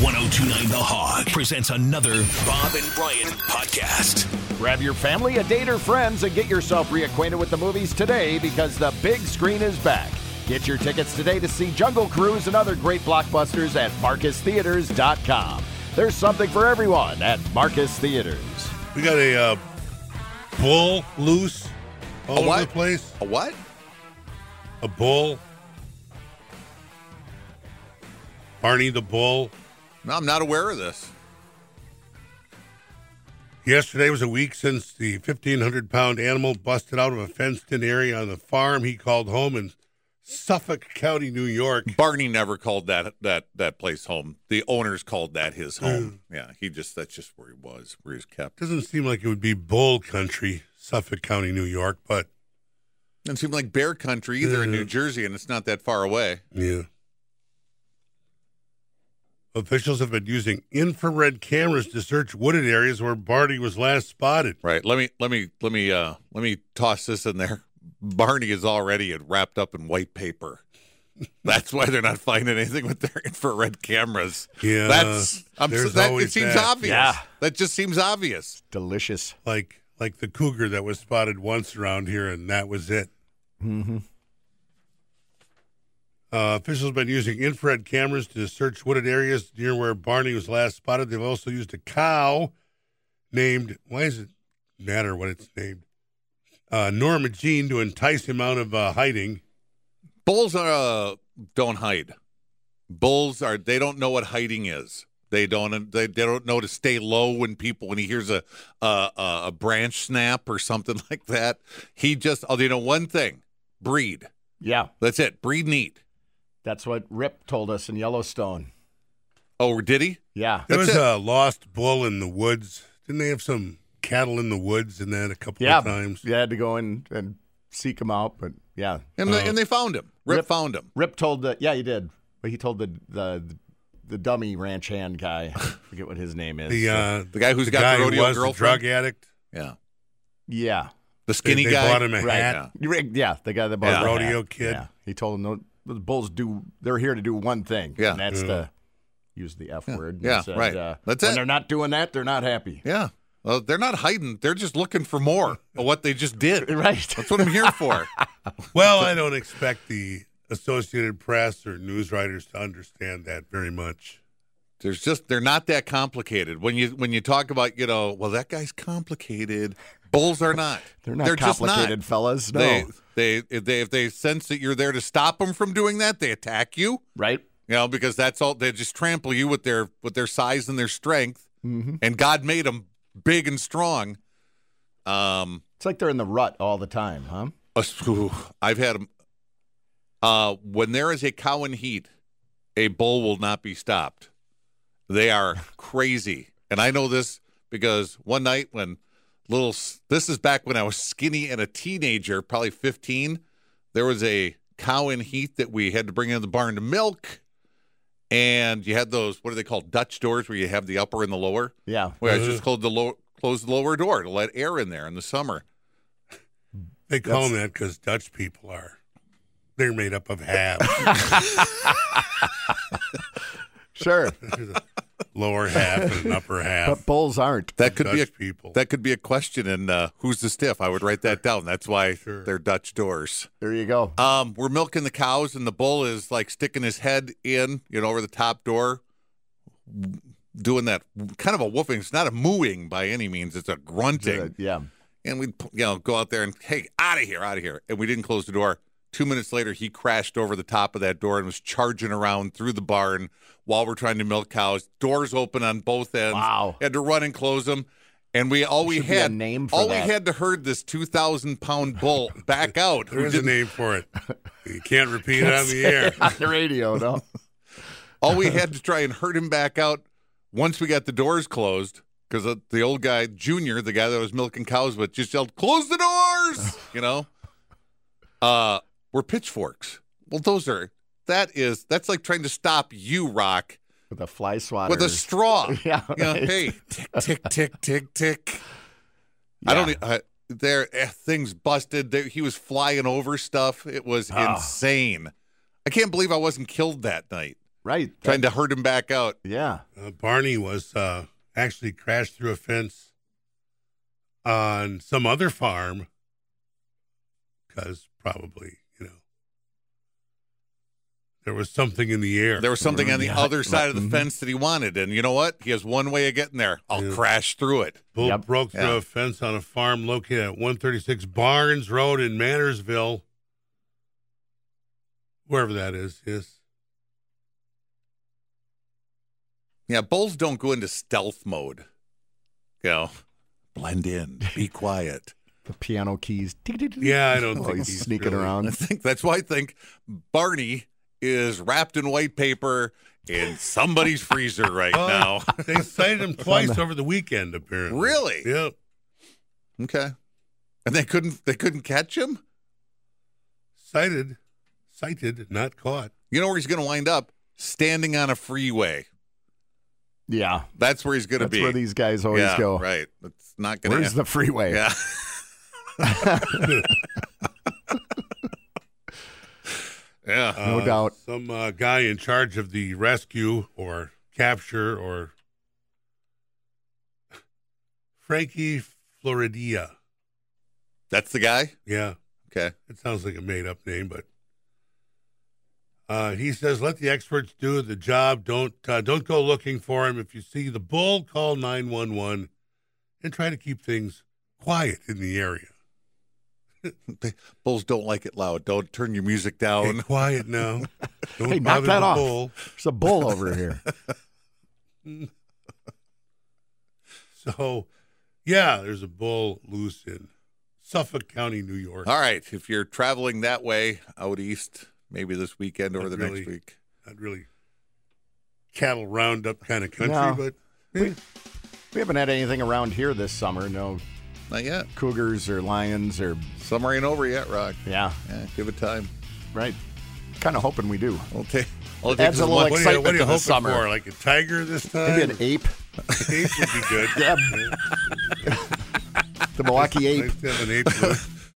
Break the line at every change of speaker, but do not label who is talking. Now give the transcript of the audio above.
1029 The Hog presents another Bob and Brian podcast.
Grab your family, a date, or friends, and get yourself reacquainted with the movies today because the big screen is back. Get your tickets today to see Jungle Cruise and other great blockbusters at MarcusTheaters.com. There's something for everyone at Marcus Theaters.
We got a uh, bull loose all
A
over
what?
the place.
A what?
A bull. Barney the bull.
No, I'm not aware of this.
Yesterday was a week since the 1,500 pound animal busted out of a fenced in area on the farm he called home in Suffolk County, New York.
Barney never called that that that place home. The owners called that
Mm.
his home. yeah, he just that's just where he was, where he was kept.
Doesn't seem like it would be bull country, Suffolk County, New York, but
Doesn't seem like bear country either in
Mm.
New Jersey, and it's not that far away.
Yeah. Officials have been using infrared cameras to search wooded areas where Barney was last spotted.
Right. Let me let me let me uh let me toss this in there. Barney is already wrapped up in white paper. That's why they're not finding anything with their infrared cameras.
Yeah,
that's I'm,
there's
that it
always
seems
that.
obvious.
Yeah.
That just seems obvious.
Delicious.
Like like the cougar that was spotted once around here, and that was it. Mm-hmm. Uh, officials have been using infrared cameras to search wooded areas near where Barney was last spotted. They've also used a cow named, why does it matter what it's named? Uh, Norma Jean to entice him out of uh, hiding.
Bulls are uh, don't hide. Bulls are they don't know what hiding is. They don't they, they don't know to stay low when people when he hears a a, a a branch snap or something like that. He just oh they know one thing: breed.
Yeah,
That's it. Breed and eat.
that's what Rip told us in Yellowstone.
Oh, did he?
Yeah.
There
That's
was
it.
a lost bull in the woods. Didn't they have some cattle in the woods and that a couple
Yeah.
of times?
You had to go in and seek him out, but yeah.
And
Oh.
they, and they found him. Rip,
Rip-
found him.
Rip told the, yeah, he did. But he told the, the, the dummy ranch hand guy, I forget what his name is.
The uh,
The guy who's
the
got
guy
the
who
rodeo
was
girlfriend.
the drug addict.
Yeah,
yeah.
They,
the skinny
they
guy.
bought him a
Right.
hat.
Yeah.
You rig- Yeah, the guy that bought
Yeah.
the
Rodeo
hat.
kid.
Yeah, he told him no, the bulls do. They're here to do one thing.
Yeah.
and that's the use the f word. and
Yeah,
said,
right.
uh,
That's
when
it.
They're not doing that. They're not happy.
Yeah. Well, they're not hiding. They're just looking for more of what they just did.
Right.
That's what I'm here for.
Well, I don't expect the Associated Press or news writers to understand that very much.
There's just they're not that complicated. When you when you talk about you know well that guy's complicated. Bulls are not.
They're not
just not.
complicated, fellas. No.
They they if they if they sense that you're there to stop them from doing that, they attack you.
right.
You know because that's all they just trample you with their with their size and their strength.
Mm-hmm.
And God made them big and strong. Um,
It's like they're in the rut all the time, huh?
a s- ooh, I've had 'em. Uh, when there is a cow in heat, a bull will not be stopped. They are crazy, and I know this because one night when little s- this is back when I was skinny and a teenager, probably fifteen, there was a cow in heat that we had to bring in the barn to milk, and you had those what are they called Dutch doors where you have the upper and the lower.
Yeah.
Where I just closed the lower closed the lower door to let air in there in the summer.
They call them that because Dutch people are. They're made up of halves,
Sure.
lower half and an upper half.
but bulls aren't.
That could
Dutch
be a
people.
That could be a question in uh, who's the stiff. I would write that down. That's why they're Dutch doors.
There you go.
Um, we're milking the cows, and the bull is like sticking his head in, you know, over the top door, doing that kind of a woofing. It's not a mooing by any means. It's a grunting.
Uh, yeah.
And we'd you know go out there and hey, out of here, out of here. And we didn't close the door. Two minutes later, he crashed over the top of that door and was charging around through the barn while we're trying to milk cows. Doors open on both ends.
Wow.
Had to run and close them. And we all we
Should be a
had
name for
all
that.
we had to herd this two thousand pound bull back out. who
There is a
didn't-
name for it. You can't repeat it on the air.
On the radio, no.
all we had to try and herd him back out once we got the doors closed because the, the old guy junior the guy that I was milking cows with just yelled close the doors you know uh we're pitchforks well those are that is that's like trying to stop you rock
With a fly swatter.
with a straw
Yeah,
You know,
right.
hey tick tick tick tick tick i
Yeah.
don't uh, there eh, things busted there, he was flying over stuff it was
Ah.
insane i can't believe i wasn't killed that night
right.
trying to herd him back out.
yeah.
Uh, Barney was uh, actually crashed through a fence on some other farm because probably, you know, there was something in the air.
There was something on the
Yeah.
other side of the
Mhm.
fence that he wanted, and you know what? He has one way of getting there. I'll
Yeah.
crash through it.
Bull
Yep.
broke through
Yeah.
a fence on a farm located at 136 Barnes Road in Mannersville, wherever that is. Yes.
Yeah, bulls don't go into stealth mode. You know, blend in, be quiet.
The piano keys.
Yeah, I don't
Oh,
think
he's,
he's
sneaking
really-
I
around.
think that's why I think Barney is wrapped in white paper in somebody's freezer right now.
Well, Oh, they cited him twice over the weekend, apparently.
Really?
Yep.
Okay. And they couldn't they couldn't catch him?
Cited, cited, not caught.
You know where he's gonna wind up? Standing on a freeway.
Yeah,
That's where he's gonna
that's
be.
where these guys always
yeah,
go.
Right. That's not gonna
Where's the freeway?
Yeah. yeah.
No doubt.
Some uh, guy in charge of the rescue or capture or Frankie Floridia.
That's the guy?
Yeah,
Okay.
it sounds like a made up name, but uh, he says, "Let the experts do the job. Don't uh, don't go looking for him. If you see the bull, call nine one one, and try to keep things quiet in the area.
Bulls don't like it loud. Don't turn your music
Stay
down.
quiet now.
Oh,
Don't
Hey, knock
bother
that
the
off.
bull."
There's a bull over here.
So, yeah, there's a bull loose in Suffolk County, New York.
All right. If you're traveling that way out east, maybe this weekend or
Not
the
really.
next week.
Not really cattle roundup kind of country,
No.
but eh,
we haven't had anything around here this summer. No
Not yet.
cougars or lions or
Summer ain't over yet, Rock.
yeah,
Yeah, give it time.
right. Kind of hoping we do.
I'll take. I'll take
Adds
this
a little
one-
what are you,
excitement
what
to
are you
the
hoping
summer.
for? Like a tiger this time?
Maybe
Uh,
an ape,
ape would be good.
Yeah. the Milwaukee ape.
Nice to have an ape. loose.